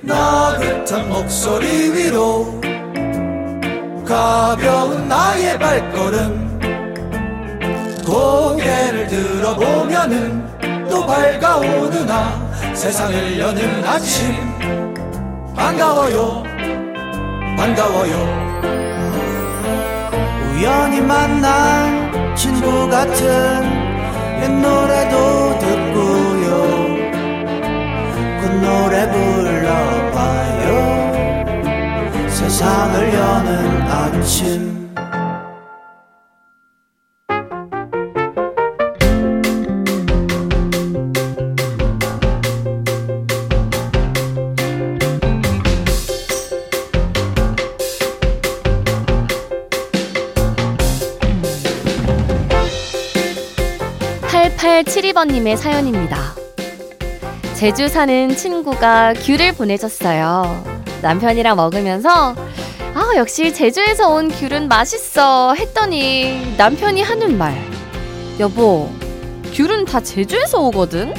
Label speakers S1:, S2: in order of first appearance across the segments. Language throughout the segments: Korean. S1: 나긋한 목소리 위로 가벼운 나의 발걸음 고개를 들어보면은 또 밝아오는 아 세상을 여는 아침 반가워요 반가워요 우연히 만난 친구 같은 옛 노래도 듣고요 그 노래 불러봐요 세상을 여는 아침
S2: 팔팔7 2번님의 사연입니다. 제주 사는 친구가 귤을 보내줬어요. 남편이랑 먹으면서 아 역시 제주에서 온 귤은 맛있어 했더니 남편이 하는 말 여보 귤은 다 제주에서 오거든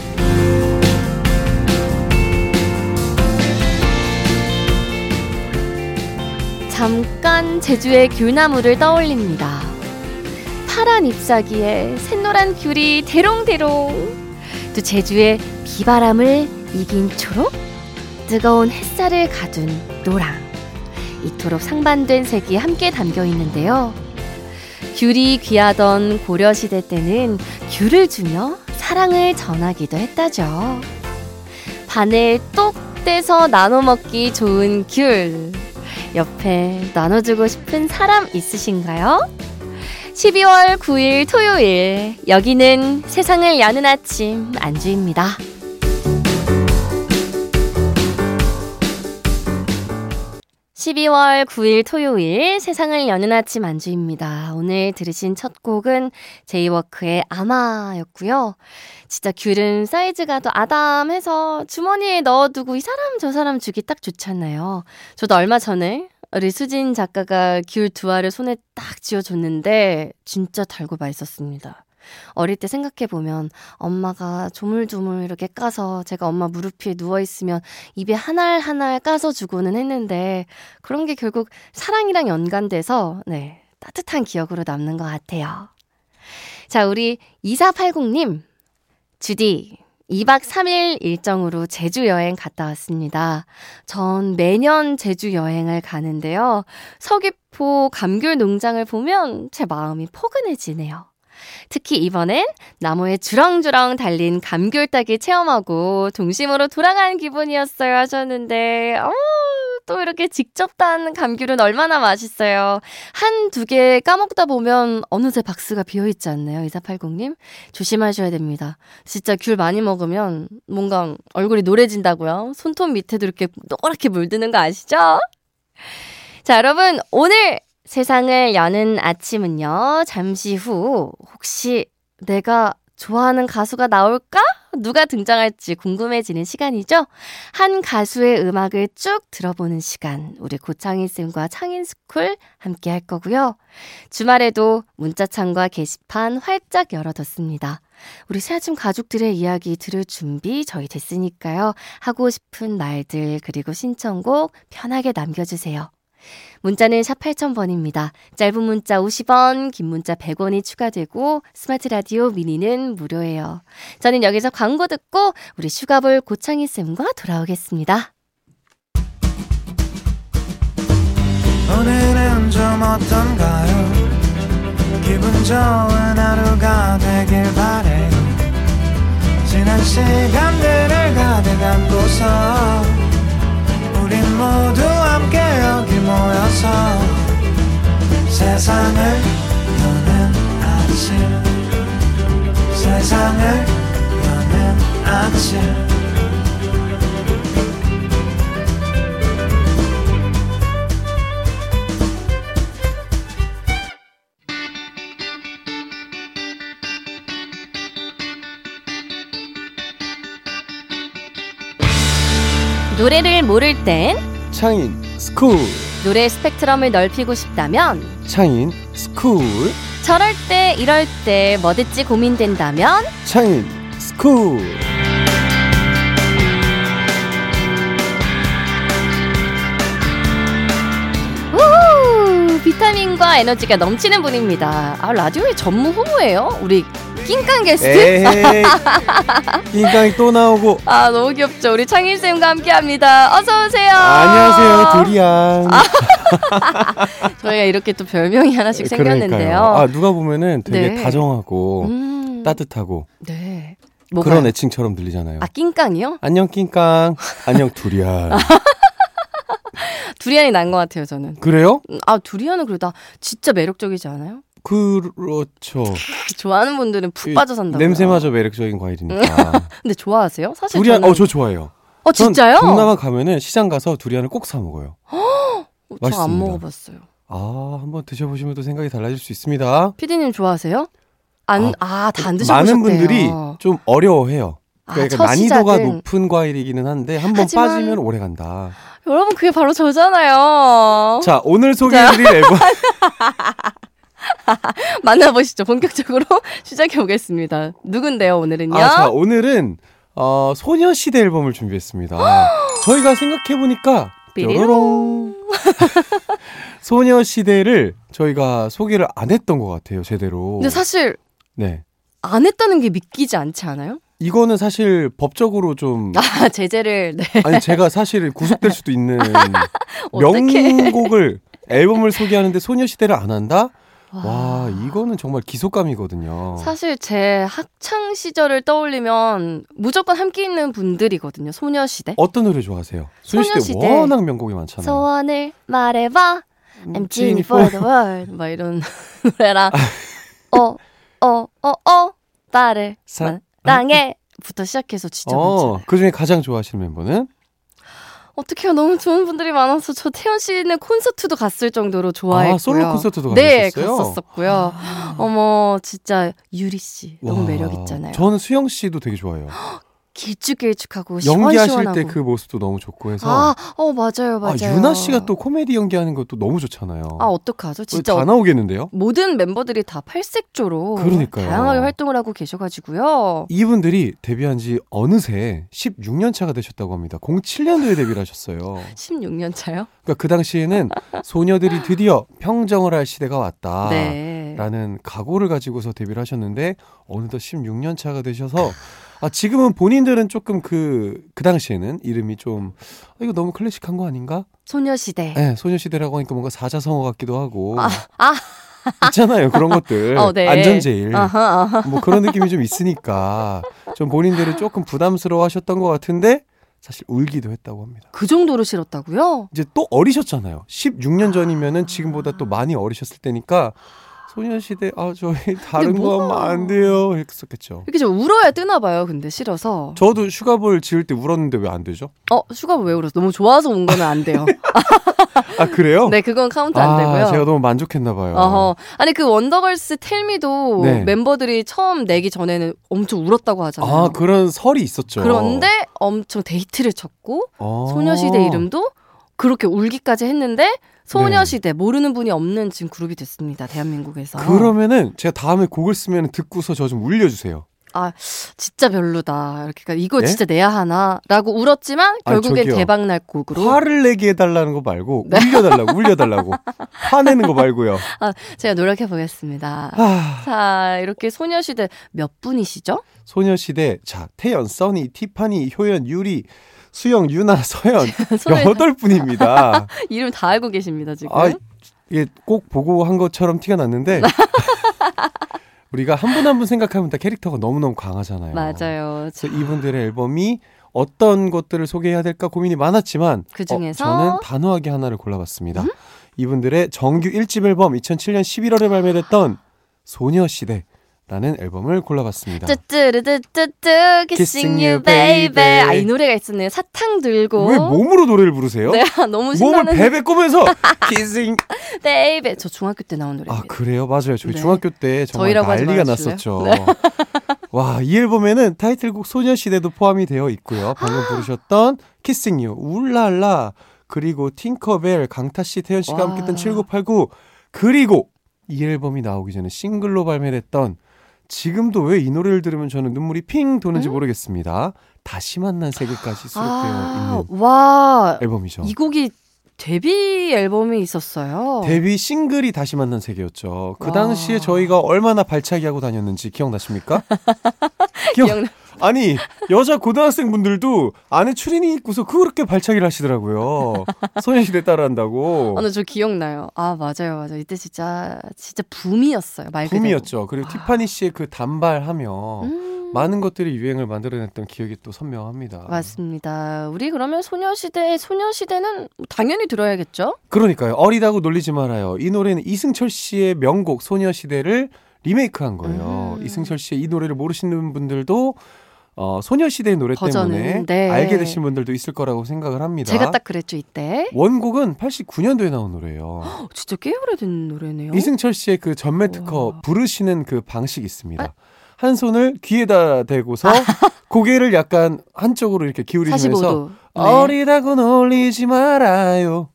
S2: 잠깐 제주의 귤나무를 떠올립니다 파란 잎사귀에 샛노란 귤이 대롱대롱 또 제주의 비바람을 이긴 초록 뜨거운 햇살을 가둔 노랑 이토록 상반된 색이 함께 담겨 있는데요 귤이 귀하던 고려시대 때는 귤을 주며 사랑을 전하기도 했다죠 반을 똑 떼서 나눠 먹기 좋은 귤 옆에 나눠주고 싶은 사람 있으신가요? 12월 9일 토요일 여기는 세상을 여는 아침 안주입니다. 12월 9일 토요일 세상을 여는 아침 안주입니다. 오늘 들으신 첫 곡은 제이워크의 아마였고요. 진짜 귤은 사이즈가 또 아담해서 주머니에 넣어두고 이 사람 저 사람 주기 딱 좋잖아요. 저도 얼마 전에 우리 수진 작가가 귤 두 알을 손에 딱 쥐어줬는데 진짜 달고 맛있었습니다. 어릴 때 생각해보면 엄마가 조물조물 이렇게 까서 제가 엄마 무릎 위에 누워있으면 입에 한 알 한 알 까서 주고는 했는데 그런 게 결국 사랑이랑 연관돼서 네, 따뜻한 기억으로 남는 것 같아요. 자, 우리 2480님. 주디, 2박 3일 일정으로 제주 여행 갔다 왔습니다. 전 매년 제주 여행을 가는데요. 서귀포 감귤 농장을 보면 제 마음이 포근해지네요. 특히 이번엔 나무에 주렁주렁 달린 감귤 따기 체험하고 동심으로 돌아간 기분이었어요 하셨는데, 어, 또 이렇게 직접 딴 감귤은 얼마나 맛있어요. 한 두 개 까먹다 보면 어느새 박스가 비어있지 않나요? 2480님? 조심하셔야 됩니다. 진짜 귤 많이 먹으면 뭔가 얼굴이 노래진다고요. 손톱 밑에도 이렇게 노랗게 물드는 거 아시죠? 자, 여러분, 오늘 세상을 여는 아침은요. 잠시 후 혹시 내가 좋아하는 가수가 나올까? 누가 등장할지 궁금해지는 시간이죠. 한 가수의 음악을 쭉 들어보는 시간. 우리 고창희 쌤과 창인 스쿨 함께 할 거고요. 주말에도 문자창과 게시판 활짝 열어뒀습니다. 우리 새아침 가족들의 이야기 들을 준비 저희 됐으니까요. 하고 싶은 말들 그리고 신청곡 편하게 남겨주세요. 문자는 샵 8000번입니다. 짧은 문자 50원, 긴 문자 100원이 추가되고 스마트 라디오 미니는 무료예요. 저는 여기서 광고 듣고 우리 슈가볼 고창희 쌤과 돌아오겠습니다.
S1: 오늘은 좀 어떤가요 기분 좋은 하루가 되길 바래요 지난 시간들을 가득 안고서 우린 모두 함께 여기 모여서 세상을 여는 아침 세상을 여는 아침
S2: 노래를 모를 땐
S3: 차인 스쿨
S2: 노래 스펙트럼을 넓히고 싶다면
S3: 차인 스쿨
S2: 저럴 때 이럴 때 뭐 듣지 고민된다면
S3: 차인 스쿨
S2: 비타민과 에너지가 넘치는 분입니다. 아, 라디오의 전무 호모예요? 우리 낑깡
S3: 네.
S2: 게스트?
S3: 에이 낑깡이 또 나오고
S2: 아, 너무 귀엽죠. 우리 창일쌤과 함께 합니다. 어서오세요.
S3: 아,
S2: 아.
S3: 안녕하세요 두리안
S2: 저희가 이렇게 또 별명이 하나씩 생겼는데요.
S3: 네, 그러니까요. 아 누가 보면은 되게
S2: 네.
S3: 다정하고
S2: 음,
S3: 따뜻하고
S2: 네.
S3: 그런
S2: 뭐가요?
S3: 애칭처럼 들리잖아요
S2: 아, 낑깡이요?
S3: 안녕 낑깡 안녕 두리안
S2: 두리안이 난 것 같아요, 저는.
S3: 그래요?
S2: 음, 아, 두리안은 그래도 진짜 매력적이지 않아요?
S3: 그렇죠
S2: 좋아하는 분들은 푹
S3: 이
S2: 빠져 산다고.
S3: 냄새마저 매력적인 과일이니까
S2: 근데 좋아하세요? 사실
S3: 두리안
S2: 저는...
S3: 어 저 좋아해요
S2: 어,
S3: 전
S2: 진짜요?
S3: 동남아 가면은 시장 가서 두리안을 꼭 사 먹어요
S2: 저 안
S3: 맛있습니다.
S2: 먹어봤어요.
S3: 아 한번 드셔보시면 또 생각이 달라질 수 있습니다
S2: 피디님 좋아하세요? 안, 아, 다 안 드셔보셨대요.
S3: 많은 분들이 좀 어려워해요. 그러니까
S2: 아,
S3: 난이도가
S2: 난이도가 높.
S3: 높은 과일이기는 한데 한 번
S2: 하지만-
S3: 빠지면 오래 간다.
S2: 여러분 그게 바로 저잖아요.
S3: 자 오늘 소개해드릴 앨범
S2: 만나보시죠. 본격적으로 시작해 보겠습니다. 누군데요 오늘은요?
S3: 아, 자 오늘은 어, 소녀시대 앨범을 준비했습니다. 저희가 생각해 보니까 뾰로롱 소녀시대를 저희가 소개를 안 했던 것 같아요 제대로.
S2: 근데 사실
S3: 네
S2: 안 했다는 게 믿기지 않지 않아요?
S3: 이거는 사실 법적으로 좀
S2: 아 제재를 네.
S3: 아니 제가 사실 구속될 수도 있는
S2: 어떡해.
S3: 명곡을 앨범을 소개하는데 소녀시대를 안 한다?
S2: 와,
S3: 와 이거는 정말 기속감이거든요.
S2: 사실 제 학창 시절을 떠올리면 무조건 함께 있는 분들이거든요. 소녀시대.
S3: 어떤 노래 좋아하세요? 소녀시대,
S2: 소녀시대.
S3: 워낙 명곡이 많잖아요.
S2: 소원을 말해봐.
S3: 음,
S2: I'm genie
S3: 뭐.
S2: for the world. 막 이런 노래랑 어어어어 나를
S3: 사-
S2: 사랑해부터 시작해서 진짜 많잖아요.
S3: 어, 그 중에 가장 좋아하시는 멤버는
S2: 어떻게요? 너무 좋은 분들이 많아서 저 태연 씨는 콘서트도 갔을 정도로 좋아했고요.
S3: 아, 솔로 콘서트도
S2: 네,
S3: 가셨어요? 아.
S2: 갔었었고요. 어머, 진짜 유리 씨 너무
S3: 와,
S2: 매력 있잖아요.
S3: 저는 수영 씨도 되게 좋아해요.
S2: 길쭉길쭉하고
S3: 연기하실
S2: 시원시원하고.
S3: 때 그 모습도 너무 좋고 해서
S2: 아, 어 맞아요, 맞아요.
S3: 유나 씨가 또 코미디 연기하는 것도 너무 좋잖아요.
S2: 아 어떡하죠? 진짜
S3: 다
S2: 어-
S3: 나오겠는데요?
S2: 모든 멤버들이 다 팔색조로
S3: 그러니까요.
S2: 다양하게 활동을 하고 계셔가지고요.
S3: 이분들이 데뷔한 지 어느새 16년 차가 되셨다고 합니다. 07년도에 데뷔를 하셨어요.
S2: 16년 차요?
S3: 그러니까 그 당시에는 소녀들이 드디어 평정을 할 시대가 왔다.
S2: 네.
S3: 라는 각오를 가지고서 데뷔를 하셨는데 어느덧 16년 차가 되셔서 아 지금은 본인들은 조금 그 그 당시에는 이름이 좀 아, 이거 너무 클래식한 거 아닌가?
S2: 소녀시대.
S3: 예, 소녀시대라고 하니까 뭔가 사자성어 같기도 하고
S2: 네. 아.
S3: 있잖아요 그런 것들
S2: 어, 네.
S3: 안전제일
S2: 아하, 아하.
S3: 뭐 그런 느낌이 좀 있으니까 좀 본인들은 조금 부담스러워하셨던 것 같은데 사실 울기도 했다고 합니다.
S2: 그 정도로 싫었다고요?
S3: 이제 또 어리셨잖아요. 16년 전이면은 지금보다 또 많이 어리셨을 때니까 소녀시대 아 저희 다른 거
S2: 뭐가-
S3: 하면 안 돼요 했었겠죠.
S2: 이렇게 좀 울어야 뜨나 봐요. 근데 싫어서.
S3: 저도 슈가볼 지을 때 울었는데 왜 안 되죠?
S2: 어, 슈가 왜 울었어? 너무 좋아서 온 거는 안 돼요.
S3: 아 그래요?
S2: 네, 그건 카운트 안 되고요.
S3: 아, 제가 너무 만족했나 봐요.
S2: 어허. 아니 그 원더걸스 텔미도
S3: 네.
S2: 멤버들이 처음 내기 전에는 엄청 울었다고 하잖아요.
S3: 아 그런 설이 있었죠.
S2: 그런데 엄청 데이트를 쳤고
S3: 아.
S2: 소녀시대 이름도 그렇게 울기까지 했는데 소녀시대 모르는 분이 없는 지금 그룹이 됐습니다. 대한민국에서.
S3: 네. 그러면은 제가 다음에 곡을 쓰면 듣고서 저 좀 울려주세요.
S2: 진짜 별로다. 이렇게 그러니까 이거
S3: 네?
S2: 진짜 내야 하나라고 울었지만
S3: 아니,
S2: 결국엔
S3: 저기요.
S2: 대박 날 곡으로
S3: 화를 내게 해달라는 거 말고
S2: 네.
S3: 울려달라고 울려달라고 화내는 거 말고요.
S2: 제가 노력해 보겠습니다.
S3: 아,
S2: 자, 이렇게 소녀시대 몇 분이시죠?
S3: 소녀시대 자 태연, 써니, 티파니, 효연, 유리, 수영, 유나, 서연 여덟 분입니다.
S2: 이름 다 알고 계십니다, 지금.
S3: 아 이게 꼭 보고 한 것처럼 티가 났는데 우리가 한 분 한 분 생각하면 다 캐릭터가 너무 너무 강하잖아요.
S2: 맞아요.
S3: 그래서 이분들의 앨범이 어떤 것들을 소개해야 될까 고민이 많았지만
S2: 그중에서? 음?
S3: 어, 저는 단호하게 하나를 골라봤습니다. 이분들의 정규 1집 앨범 2007년 11월에 발매됐던 소녀시대라는 앨범을 골라봤습니다.
S2: 뚜뚜르뚜뚜뚜
S3: Kissing
S2: kissing
S3: you,
S2: you baby
S3: baby.
S2: 아, 이 노래가 있었네요. 사탕 들고
S3: 왜 몸으로 노래를 부르세요?
S2: 네, 아, 너무
S3: 몸을
S2: 신나는
S3: 베베 꼬면서 키싱
S2: baby 저 중학교 때 나온
S3: 아
S2: 노래입니다.
S3: 그래요 맞아요
S2: 네.
S3: 저희 중학교 때 정말
S2: 저희라고 하지 네.
S3: 난리가
S2: 말아주실래요?
S3: 났었죠 와 이 앨범에는 타이틀곡 소녀시대도 포함이 되어 있고요 방금
S2: 아!
S3: 부르셨던 키싱 유 울랄라 그리고 팅커벨 강타씨 태연씨가
S2: 와.
S3: 함께했던 7989 그리고 이 앨범이 나오기 전에 싱글로 발매됐던 지금도 왜 이 노래를 들으면 저는 눈물이 핑
S2: 음.
S3: 도는지
S2: 아.
S3: 모르겠습니다 다시 만난 세계까지 수록되어 있는
S2: 와.
S3: 앨범이죠
S2: 이 곡이 데뷔 앨범이 있었어요.
S3: 데뷔 싱글이 다시 만난 세계였죠. 그
S2: 와.
S3: 당시에 저희가 얼마나 발차기 하고 다녔는지 기억나십니까? 기억-
S2: 기억나-
S3: 아니 여자 고등학생 분들도 안에 추리닝 입고서 그렇게 발차기를 하시더라고요. 소녀시대 따라한다고.
S2: 어, 나저 기억나요. 아, 맞아요, 맞아요. 이때 진짜, 진짜 붐이었어요. 말 그대로.
S3: 붐이었죠. 그리고 티파니 씨의 그 단발하며
S2: 음,
S3: 많은 것들이 유행을 만들어냈던 기억이 또 선명합니다.
S2: 맞습니다. 우리 그러면 소녀시대, 소녀시대는 당연히 들어야겠죠?
S3: 그러니까요. 어리다고 놀리지 말아요. 이 노래는 이승철 씨의 명곡 소녀시대를 리메이크한 거예요.
S2: 음.
S3: 이승철 씨의 이 노래를 모르시는 분들도 어, 소녀시대 노래
S2: 버전은,
S3: 때문에
S2: 네.
S3: 알게 되신 분들도 있을 거라고 생각을 합니다.
S2: 제가 딱 그랬죠, 이때.
S3: 원곡은 89년도에 나온 노래예요.
S2: 어, 진짜 꽤 오래된 노래네요.
S3: 이승철 씨의 그 전매 특허
S2: 우와. 아.
S3: 부르시는 그 방식이 있습니다. 한 손을 귀에다 대고서 고개를 약간 한쪽으로 이렇게 기울이면서
S2: 45도. 네.
S3: 아, 어리다고 놀리지 말아요.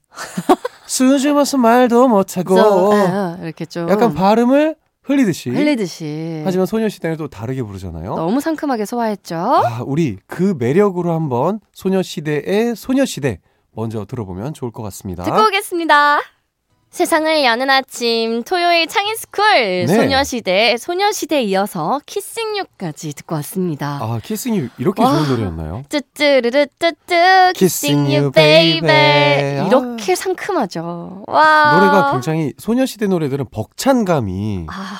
S3: 수줍어서 말도 못하고
S2: 아, 이렇게 좀.
S3: 약간 발음을 흘리듯이.
S2: 흘리듯이.
S3: 하지만 소녀시대는 또 다르게 부르잖아요.
S2: 너무 상큼하게 소화했죠?
S3: 아, 우리 그 매력으로 한번 소녀시대의 소녀시대 먼저 들어보면 좋을 것 같습니다.
S2: 듣고 오겠습니다. 세상을 여는 아침 토요일 창인스쿨
S3: 네.
S2: 소녀시대 소녀시대 이어서 키싱유까지 듣고 왔습니다.
S3: 아, 키싱이 이렇게
S2: 와.
S3: 좋은 노래였나요?
S2: 쯔쯔르르 쯔쯔
S3: Kissing
S2: 키싱유
S3: you,
S2: 베이베
S3: baby. 아.
S2: 이렇게 상큼하죠. 와
S3: 노래가 굉장히 소녀시대 노래들은 벅찬감이
S2: 아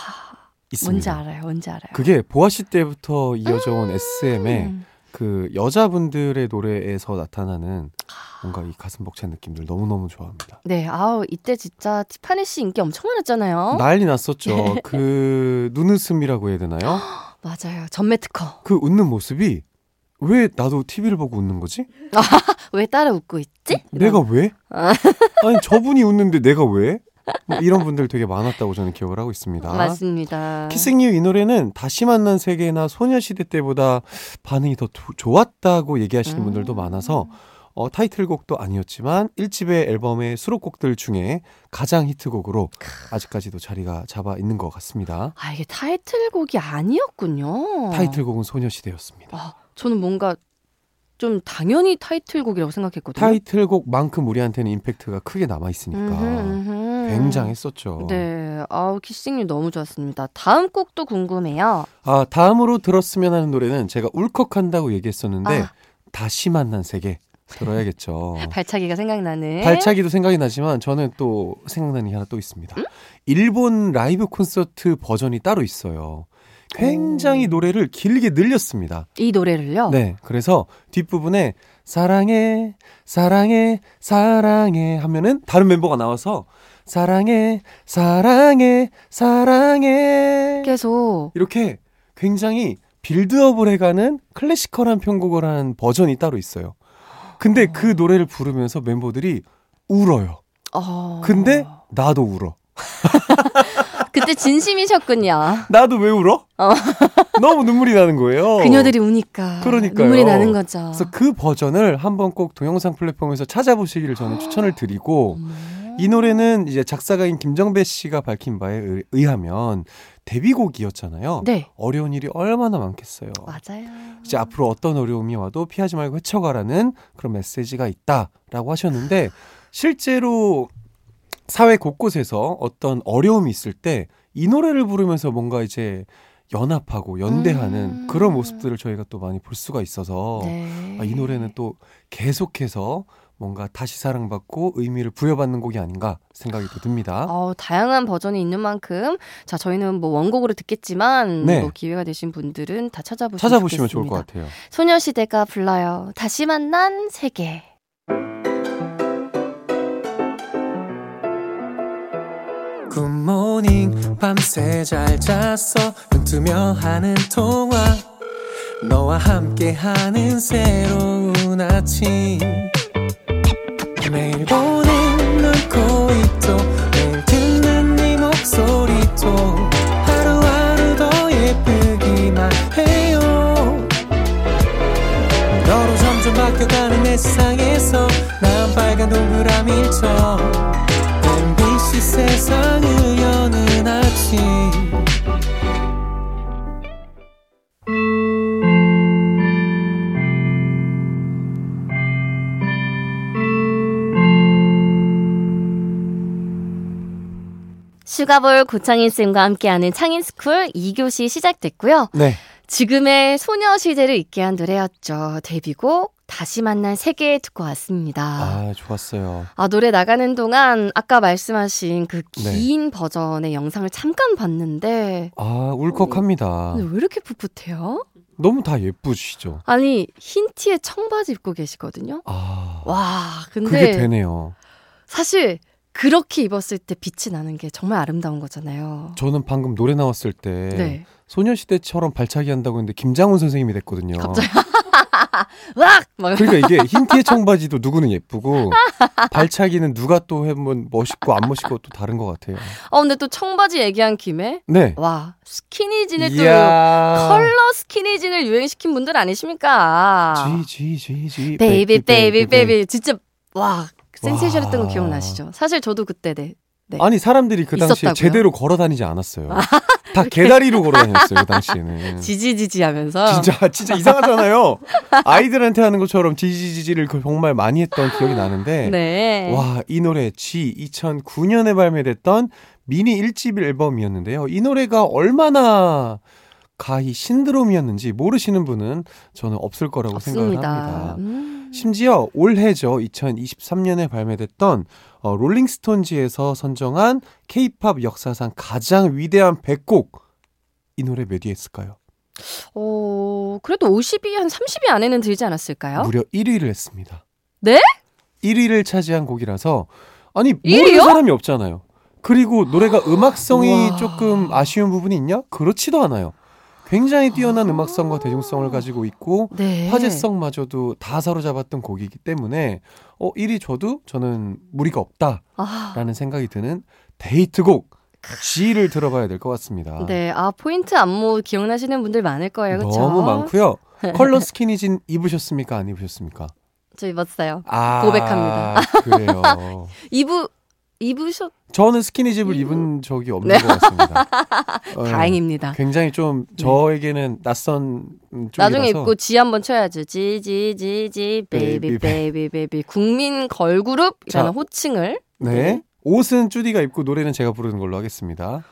S3: 있습니다.
S2: 뭔지 알아요, 뭔지 알아요.
S3: 그게 보아 씨 때부터 이어져 온 SM의
S2: 음,
S3: 그 여자분들의 노래에서 나타나는 뭔가 이 가슴 벅찬 느낌들 너무너무 좋아합니다.
S2: 네, 아우 이때 진짜 티파니 씨 인기 엄청 많았잖아요.
S3: 난리
S2: 네.
S3: 났었죠. 그 눈웃음이라고 해야 되나요?
S2: 맞아요, 전매 특허.
S3: 그 웃는 모습이 왜 나도 TV를 보고 웃는 거지?
S2: 왜 따라 웃고 있지?
S3: 내가 왜?
S2: 아.
S3: 아니 저분이 웃는데 내가 왜? 뭐 이런 분들 되게 많았다고 저는 기억을 하고 있습니다.
S2: 맞습니다.
S3: 키싱 유이 노래는 다시 만난 세계나 소녀시대 때보다 반응이 더 조- 좋았다고 얘기하시는
S2: 음.
S3: 분들도 많아서 어, 타이틀곡도 아니었지만 1집의 앨범의 수록곡들 중에 가장 히트곡으로 아직까지도 자리가 잡아 있는 것 같습니다.
S2: 아 이게 타이틀곡이 아니었군요.
S3: 타이틀곡은 소녀시대였습니다.
S2: 아, 저는 뭔가 좀 당연히 타이틀곡이라고 생각했거든요.
S3: 타이틀곡만큼 우리한테는 임팩트가 크게 남아 있으니까
S2: 음흠, 음흠.
S3: 굉장했었죠.
S2: 네, 아우 키싱님 너무 좋았습니다. 다음 곡도 궁금해요.
S3: 아 다음으로 들었으면 하는 노래는 제가 울컥한다고 얘기했었는데
S2: 아.
S3: 다시 만난 세계 들어야겠죠.
S2: 발차기가 생각나는.
S3: 발차기도 생각이 나지만 저는 또 생각나는 게 하나 또 있습니다. 일본 라이브 콘서트 버전이 따로 있어요. 굉장히 노래를 길게 늘렸습니다.
S2: 이 노래를요.
S3: 네, 그래서 뒷부분에 사랑해, 사랑해, 사랑해 하면은 다른 멤버가 나와서 사랑해, 사랑해, 사랑해
S2: 네. 계속
S3: 이렇게 굉장히 빌드업을 해가는 클래시컬한 편곡을 한 버전이 따로 있어요. 근데 그 노래를 부르면서 멤버들이 울어요.
S2: 어.
S3: 근데 나도 울어.
S2: 그때 진심이셨군요.
S3: 나도 왜 울어? 너무 눈물이 나는 거예요.
S2: 그녀들이 우니까
S3: 어. 그러니까요.
S2: 눈물이 나는 거죠.
S3: 그래서 그 버전을 한번 꼭 동영상 플랫폼에서 찾아보시기를 저는 추천을 드리고
S2: 어머.
S3: 이 노래는 이제 작사가인 김정배 씨가 밝힌 바에 의- 의하면 데뷔곡이었잖아요.
S2: 네,
S3: 어려운 일이 얼마나 많겠어요.
S2: 맞아요.
S3: 이제 앞으로 어떤 어려움이 와도 피하지 말고 헤쳐가라는 그런 메시지가 있다라고 하셨는데 실제로 사회 곳곳에서 어떤 어려움이 있을 때 이 노래를 부르면서 뭔가 이제 연합하고 연대하는
S2: 음.
S3: 그런 모습들을 저희가 또 많이 볼 수가 있어서
S2: 네.
S3: 아, 이 노래는 또 계속해서 뭔가 다시 사랑받고 의미를 부여받는 곡이 아닌가 생각이 또 듭니다.
S2: 어, 다양한 버전이 있는 만큼 자 저희는 뭐 원곡으로 듣겠지만
S3: 네.
S2: 뭐 기회가 되신 분들은 다 찾아보시면,
S3: 찾아보시면 좋을 것
S2: 좋겠습니다.
S3: 같아요.
S2: 소녀시대가 불러요. 다시 만난 세계.
S1: 굿모닝 밤새 잘 잤어 눈뜨며 하는 통화 너와 함께하는 새로운 아침 매일 보는 눈코입도 매일 듣는 네 목소리도 하루하루 더 예쁘기만 해요 너로 점점 바뀌어가는 내 세상에서 난 빨간 동그라미일 터 MBC 세상을 여는 아침
S2: 슈가볼 고창인 쌤과 함께하는 창인스쿨 2교시 시작됐고요.
S3: 네.
S2: 지금의 소녀 시대를 있게 한 노래였죠. 데뷔곡 다시 만난 세계 듣고 왔습니다.
S3: 아, 좋았어요.
S2: 아, 노래 나가는 동안 아까 말씀하신 그
S3: 네.
S2: 긴 버전의 영상을 잠깐 봤는데
S3: 아, 울컥합니다.
S2: 근데 왜 이렇게 풋풋해요?
S3: 너무 다 예쁘시죠?
S2: 아니 흰 티에 청바지 입고 계시거든요.
S3: 아.
S2: 와,
S3: 그게
S2: 근데
S3: 되네요.
S2: 사실 그렇게 입었을 때 빛이 나는 게 정말 아름다운 거잖아요.
S3: 저는 방금 노래 나왔을 때
S2: 네.
S3: 소녀시대처럼 발차기 한다고 했는데 김장훈 선생님이 됐거든요.
S2: 갑자기. 으악! 막
S3: 그러니까 이게 흰 티에 청바지도 누구는 예쁘고 발차기는 누가 또 해면 뭐 멋있고 안 멋있고 또 다른 것 같아요.
S2: 어, 근데 또 청바지 얘기한 김에
S3: 네.
S2: 와 스키니진을 어, 또
S3: 이야.
S2: 컬러 스키니진을 유행시킨 분들 아니십니까?
S3: G G G G.
S2: 베이비 베이비 베이비 진짜 와 센세이션했던 거
S3: 와.
S2: 기억나시죠? 사실 저도 그때 네. 네.
S3: 아니 사람들이 그 당시에
S2: 있었다고요? 아.
S3: 제대로 걸어 다니지 않았어요. 다 개다리로 걸어 다녔어요 그 당시에는.
S2: 지지지지 하면서
S3: 진짜 진짜 이상하잖아요. 아이들한테 하는 것처럼 지지지지를 그 정말 많이 했던 기억이 나는데
S2: 네.
S3: 와 이 노래 G 2009년에 발매됐던 미니 1집 앨범이었는데요. 이 노래가 얼마나 가히 신드롬이었는지 모르시는 분은 저는 없을 거라고 생각을
S2: 없습니다.
S3: 합니다.
S2: 음.
S3: 심지어 올해죠 2023년에 발매됐던 어, 롤링스톤즈에서 선정한 K-팝 역사상 가장 위대한 100곡 이 노래 몇 위에 있을까요?
S2: 어, 그래도 50위 한 30위 안에는 들지 않았을까요?
S3: 무려 1위를 했습니다.
S2: 네?
S3: 1위를 차지한 곡이라서 아니 모르는
S2: 일위요?
S3: 사람이 없잖아요. 그리고 노래가 음악성이
S2: 우와.
S3: 조금 아쉬운 부분이 있냐? 그렇지도 않아요. 굉장히 뛰어난 음악성과 대중성을 가지고 있고
S2: 네.
S3: 화제성마저도 다 사로잡았던 곡이기 때문에 어 1위 저도 저는 무리가 없다라는
S2: 아.
S3: 생각이 드는 데이트곡 G를 들어봐야 될 것 같습니다.
S2: 네, 아 포인트 안무 기억나시는 분들 많을 거예요, 그렇죠? 네.
S3: 너무 많고요. 컬러 스키니진 입으셨습니까? 안 입으셨습니까?
S2: 저 입었어요.
S3: 아,
S2: 고백합니다.
S3: 그래요.
S2: 이브 이브셨
S3: 저는 스키니집을 입은 적이 없는 것 같습니다. 어,
S2: 다행입니다. 네.
S3: 굉장히 좀 저에게는 낯선 음, 쪽이라서
S2: 나중에 입고 지 한번 쳐야죠. 지지지지 베이비
S3: 베이비,
S2: 베이비 베이비 국민 걸그룹이라는
S3: 자.
S2: 호칭을
S3: 네. 옷은 쭈디가 입고 노래는 제가 부르는 걸로 하겠습니다.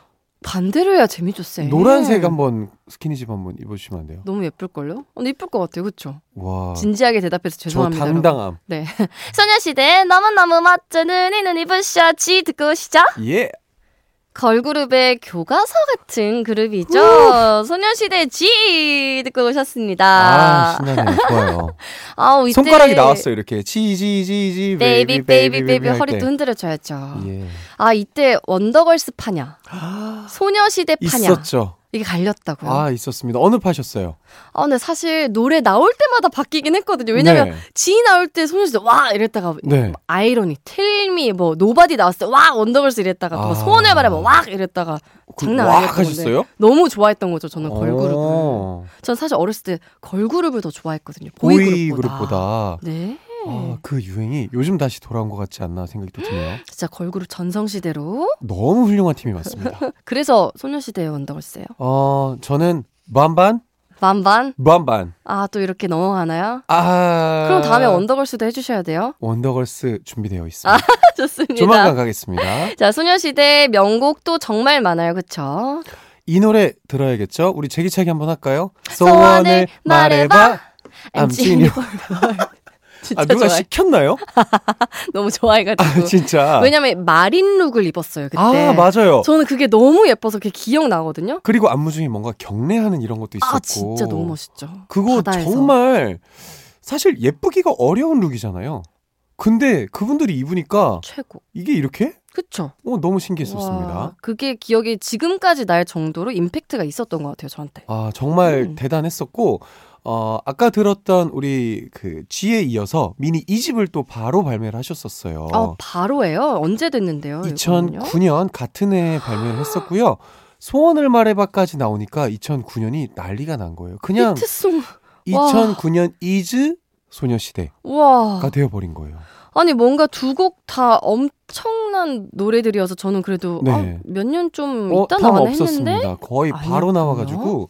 S2: 반대로 해야 재미죠, 쌤.
S3: 노란색 한번 스키니집 한번 입어주시면 안 돼요?
S2: 너무 예쁠 걸요? 근데 예쁠 것 같아요, 그렇죠?
S3: 와,
S2: 네. 진지하게 대답해서
S3: 저
S2: 죄송합니다. 여러분.
S3: 당당함.
S2: 네. 소녀시대 너무 너무 멋져 눈이 눈이 부셔지 듣고 오시죠.
S3: 예.
S2: 걸그룹의 교과서 같은 그룹이죠. 소녀시대 G 듣고 오셨습니다.
S3: 아, 신나네요. 좋아요.
S2: 아우, 이때
S3: 손가락이 나왔어요. 이렇게 지지지지
S2: 베이비 베이비 베이비
S3: 할
S2: 허리도
S3: 때.
S2: 흔들어줘야죠.
S3: 예.
S2: 아 이때 원더걸스 파냐, 소녀시대 파냐
S3: 아, 있었죠.
S2: 이게 갈렸다고요. 아,
S3: 아, 있었습니다. 어느 파셨어요?
S2: 근데 사실 노래 나올 때마다 바뀌긴 했거든요. 왜냐면
S3: 네.
S2: G 나올 때 소녀시대 와 이랬다가
S3: 네.
S2: 아이러니, 텔미 뭐 노바디 나왔을 때와 원더걸스 이랬다가 또
S3: 아.
S2: 소원을 바라면 와 이랬다가
S3: 그,
S2: 장난
S3: 와
S2: 아니었던
S3: 하셨어요?
S2: 너무 좋아했던 거죠. 저는 걸그룹을.
S3: 어,
S2: 전 사실 어렸을 때 걸그룹을 더 좋아했거든요.
S3: 보이
S2: 보이그룹보다.
S3: 그룹보다.
S2: 네.
S3: 아, 그 유행이 요즘 다시 돌아온 것 같지 않나 생각이 또 드네요.
S2: 진짜 걸그룹 전성시대로.
S3: 너무 훌륭한 팀이 많습니다.
S2: 그래서 소녀시대의 원더걸스예요.
S3: 어, 저는 반반,
S2: 반반.
S3: 반반.
S2: 아 또 이렇게 넘어가나요?
S3: 아.
S2: 그럼 다음에 원더걸스도 아, 해주셔야 돼요.
S3: 원더걸스 준비되어 있습니다.
S2: 좋습니다.
S3: 조만간 가겠습니다.
S2: 자 소녀시대 명곡도 정말 많아요, 그렇죠?
S3: 이 노래 들어야겠죠? 우리 재기차기 한번 할까요?
S2: 소원을
S3: 소원을
S2: 말해봐.
S3: 말해봐. 암진이.
S2: 진짜
S3: 아, 누가
S2: 좋아해.
S3: 시켰나요?
S2: 너무 좋아해가지고.
S3: 아, 진짜.
S2: 왜냐면 마린 룩을 입었어요 그때.
S3: 아, 맞아요.
S2: 저는 그게 너무 예뻐서 그게 기억 나거든요.
S3: 그리고 안무 중에 뭔가 경례하는 이런 것도 있었고.
S2: 아 진짜 너무 멋있죠.
S3: 그거
S2: 바다에서.
S3: 정말 사실 예쁘기가 어려운 룩이잖아요. 근데 그분들이 입으니까
S2: 최고.
S3: 이게 이렇게?
S2: 그쵸?
S3: 어, 너무 신기했었습니다.
S2: 와, 그게 기억이 지금까지 날 정도로 임팩트가 있었던 것 같아요 저한테.
S3: 아, 정말
S2: 음.
S3: 대단했었고, 어, 아까 들었던 우리 그 G에 이어서 미니 2집을 또 바로 발매를 하셨었어요.
S2: 아 바로예요. 언제 됐는데요? 아, 이거는요?
S3: 2009년 같은 해에 발매를 했었고요. 소원을 말해봐까지 나오니까 2009년이 난리가 난 거예요. 그냥
S2: 히트송.
S3: 2009년 이즈 소녀시대가
S2: 와.
S3: 되어버린 거예요.
S2: 아니 뭔가 두 곡 다 엄청난 노래들이어서 저는 그래도
S3: 네.
S2: 아, 몇년 좀
S3: 어,
S2: 있다
S3: 탐
S2: 나왔나
S3: 없었습니다.
S2: 했는데
S3: 거의 바로
S2: 아니었군요.
S3: 나와가지고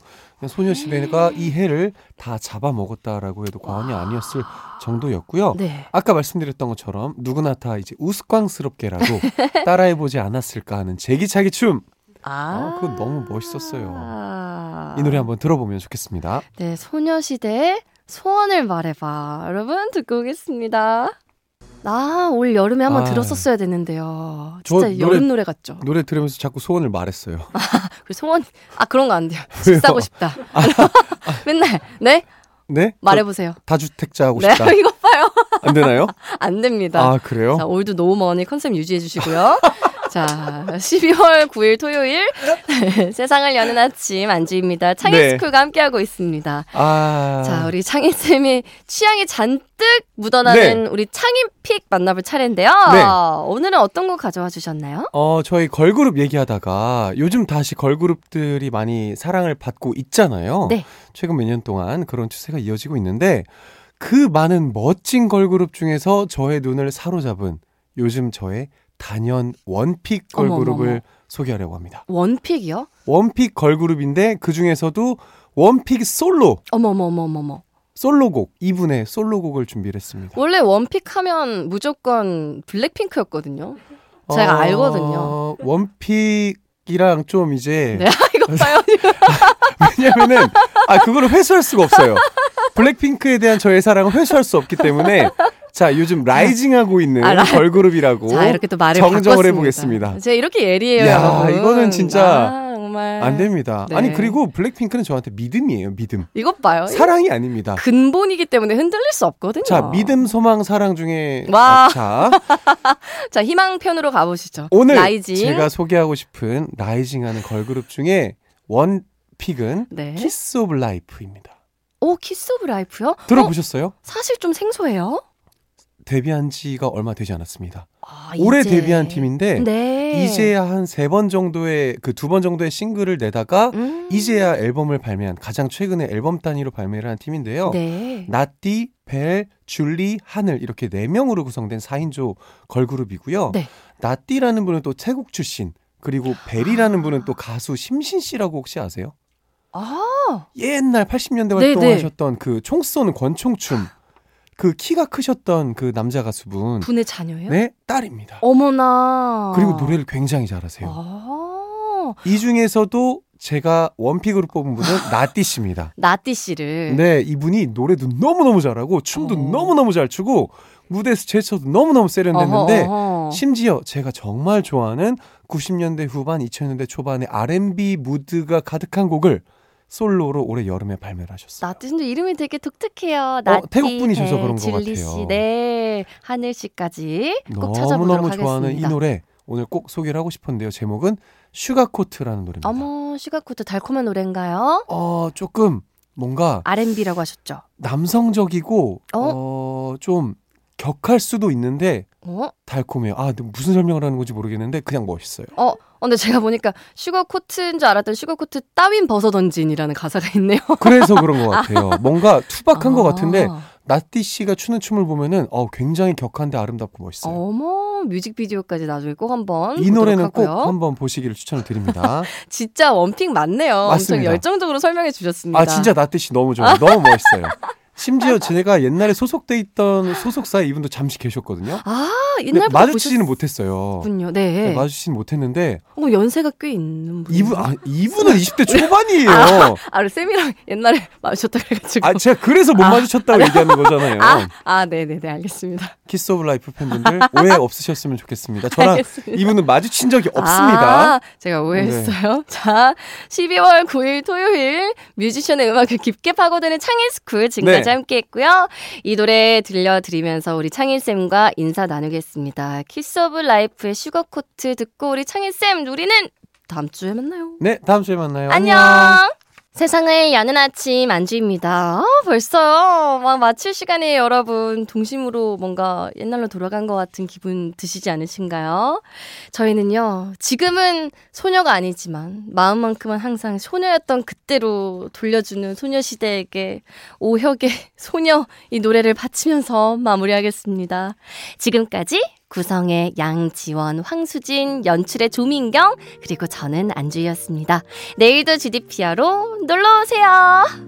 S3: 소녀시대가 이 해를 다 잡아먹었다라고 해도 과언이 아니었을 정도였고요.
S2: 네.
S3: 아까 말씀드렸던 것처럼 누구나 다 이제 우스꽝스럽게라도 따라해보지 않았을까 하는 제기차기 춤.
S2: 아,
S3: 아, 그건 너무 멋있었어요.
S2: 아.
S3: 이 노래 한번 들어보면 좋겠습니다.
S2: 네, 소녀시대의 소원을 말해봐. 여러분, 듣고 오겠습니다. 나 올 여름에 한번
S3: 아.
S2: 들었었어야 됐는데요.
S3: 저
S2: 진짜
S3: 노래-
S2: 여름 노래 같죠?
S3: 노래 들으면서 자꾸 소원을 말했어요.
S2: 그 소원, 아, 그런 거 안 돼요.
S3: 왜요? 아.
S2: 집 사고 싶다. 맨날, 네?
S3: 네? 저
S2: 말해보세요.
S3: 다주택자 하고
S2: 네,
S3: 싶다.
S2: 이거 봐요.
S3: 안 되나요?
S2: 안 됩니다.
S3: 아, 그래요?
S2: 자, 올드 노우머니 컨셉 유지해 주시고요. 자, 12월 9일 토요일 세상을 여는 아침 안주입니다.
S3: 네.
S2: 창의스쿨과 함께하고 있습니다.
S3: 아.
S2: 자, 우리 창희 쌤이 취향이 잔뜩 묻어나는 우리 창인 픽 만나볼 차례인데요.
S3: 네.
S2: 오늘은 어떤 거 가져와 주셨나요?
S3: 어, 저희 걸그룹 얘기하다가 요즘 다시 걸그룹들이 많이 사랑을 받고 있잖아요.
S2: 네.
S3: 최근 몇 년 동안 그런 추세가 이어지고 있는데 그 많은 멋진 걸그룹 중에서 저의 눈을 사로잡은 요즘 저의 단연 원픽
S2: 어머,
S3: 걸그룹을
S2: 어머, 어머.
S3: 소개하려고 합니다.
S2: 원픽이요?
S3: 원픽 걸그룹인데 그 중에서도 원픽 솔로,
S2: 어머머머머머.
S3: 솔로곡, 이분의 솔로곡을 준비를 했습니다.
S2: 원래 원픽 하면 무조건 블랙핑크였거든요. 제가
S3: 어,
S2: 알거든요.
S3: 원픽이랑 좀 이제
S2: 네, 이거 봐요.
S3: 왜냐면은 아 그거를 회수할 수가 없어요. 블랙핑크에 대한 저의 사랑을 회수할 수 없기 때문에 자 요즘 라이징하고 있는
S2: 네. 아, 라-
S3: 걸그룹이라고
S2: 자, 이렇게 또 말을
S3: 정정을
S2: 바꿨습니다.
S3: 해보겠습니다.
S2: 제가 이렇게 예리해요,
S3: 야,
S2: 여러분.
S3: 이거는 진짜
S2: 아, 정말
S3: 안 됩니다.
S2: 네. 어, 예?
S3: 아니 그리고 블랙핑크는 저한테 믿음이에요. 믿음
S2: 이것 봐요.
S3: 사랑이 아닙니다.
S2: 근본이기 때문에 흔들릴 수 없거든요.
S3: 자 믿음 소망 사랑 중에
S2: 와.
S3: 아, 자
S2: 자, 희망 편으로 가보시죠.
S3: 오늘
S2: 라이징.
S3: 제가 소개하고 싶은 라이징하는 걸그룹 중에 원픽은
S2: 네.
S3: 키스 오브 라이프입니다.
S2: 오, 키스 오브 라이프요? 어,
S3: 들어보셨어요?
S2: 사실 좀 생소해요.
S3: 데뷔한 지가 얼마 되지 않았습니다.
S2: 아,
S3: 올해
S2: 이제.
S3: 데뷔한 팀인데
S2: 네.
S3: 이제야 한 세 번 정도의 그 두 번 정도의 싱글을 내다가
S2: 음.
S3: 이제야 앨범을 발매한 가장 최근의 앨범 단위로 발매를 한 팀인데요.
S2: 네.
S3: 나띠, 벨, 줄리, 하늘 이렇게 네 명으로 구성된 4인조 걸그룹이고요.
S2: 네.
S3: 나띠라는 분은 또 태국 출신 그리고 벨이라는 분은 또 가수 심신 씨라고 혹시 아세요?
S2: 아,
S3: 옛날 80년대
S2: 네, 네.
S3: 활동하셨던 그 총 쏘는 권총춤 그 키가 크셨던 그 남자 가수분
S2: 분의 자녀예요? 어.
S3: 네 딸입니다.
S2: 어머나.
S3: 그리고 노래를 굉장히 잘하세요.
S2: 어. 아,
S3: 이 중에서도 제가 원픽으로 뽑은 분은 나띠 씨입니다.
S2: 나띠 씨를.
S3: 네, 이분이 노래도 너무너무 잘하고 춤도
S2: 어.
S3: 너무너무 잘 추고 무대에서 제쳐도 너무너무 세련됐는데
S2: 어허, 어허.
S3: 심지어 제가 정말 좋아하는 90년대 후반, 2000년대 초반의 R&B 무드가 가득한 곡을 솔로로 올해 여름에 발매를 하셨어요.
S2: 나띠 씨도 이름이 되게 독특해요. 나띠,
S3: 어, 태국 분이셔서
S2: 네,
S3: 그런 것
S2: 진리
S3: 같아요.
S2: 씨, 네. 하늘 씨까지 꼭 찾아보도록
S3: 너무너무
S2: 하겠습니다.
S3: 좋아하는 이 노래 오늘 꼭 소개를 하고 싶은데요. 제목은 슈가코트라는 노래입니다.
S2: 어머, 슈가코트 달콤한 노래인가요?
S3: 어, 조금 뭔가
S2: R&B라고 하셨죠?
S3: 남성적이고 어, 좀 격할 수도 있는데
S2: 어?
S3: 달콤해요. 아, 근데 무슨 설명을 하는 건지 모르겠는데 그냥 멋있어요.
S2: 어, 어, 근데 제가 보니까 슈거코트인 줄 알았던 슈거코트 따윈 벗어던진이라는 가사가 있네요.
S3: 그래서 그런 것 같아요. 뭔가 투박한 것
S2: 아.
S3: 같은데 나띠 씨가 추는 춤을 보면은 어, 굉장히 격한데 아름답고 멋있어요.
S2: 어머, 음, 뮤직비디오까지 나중에 꼭 한번
S3: 이 노래는
S2: 보도록 하고요.
S3: 꼭 한번 보시기를 추천을 드립니다. 아,
S2: 진짜 원픽 맞네요. 엄청
S3: 맞습니다.
S2: 열정적으로 설명해 주셨습니다.
S3: 아, 진짜 나띠 씨 너무 좋아요. 너무 멋있어요. 심지어 제가 옛날에 소속돼 있던 소속사에 이분도 잠시 계셨거든요.
S2: 아,
S3: 근데
S2: 옛날부터
S3: 네, 마주치지는 못했어요.
S2: 보셨군요. 네.
S3: 네, 마주치지는 못했는데
S2: 어, 연세가 꽤 있는 분.
S3: 이분 아 이분은 20대 초반이에요.
S2: 아, 우리 쌤이랑 옛날에 마주쳤다 그래가지고.
S3: 아 제가 그래서 못
S2: 아.
S3: 마주쳤다고 얘기하는 거잖아요.
S2: 아, 아, 네네네, 알겠습니다.
S3: 키스 오브 라이프 팬분들 오해 없으셨으면 좋겠습니다. 저랑
S2: 알겠습니다.
S3: 이분은 마주친 적이 없습니다. 네.
S2: 아, 제가 오해했어요. 자, 12월 9일 토요일 뮤지션의 음악을 깊게 파고드는 창일스쿨 지금까지
S3: 네.
S2: 함께 했고요. 이 노래 들려드리면서 우리 창일쌤과 인사 나누겠습니다. 키스 오브 라이프의 슈거코트 듣고 우리 창일쌤 우리는 다음 주에 만나요.
S3: 네 다음 주에 만나요.
S2: 안녕. 세상을 여는 아침 안주입니다. 아, 벌써요. 막 마칠 시간이에요, 여러분. 동심으로 뭔가 옛날로 돌아간 것 같은 기분 드시지 않으신가요? 저희는요, 지금은 소녀가 아니지만, 마음만큼은 항상 소녀였던 그때로 돌려주는 소녀시대에게 오혁의 소녀 이 노래를 바치면서 마무리하겠습니다. 지금까지 구성의 양지원, 황수진, 연출의 조민경, 그리고 저는 안주희였습니다. 내일도 GDPR로 놀러오세요!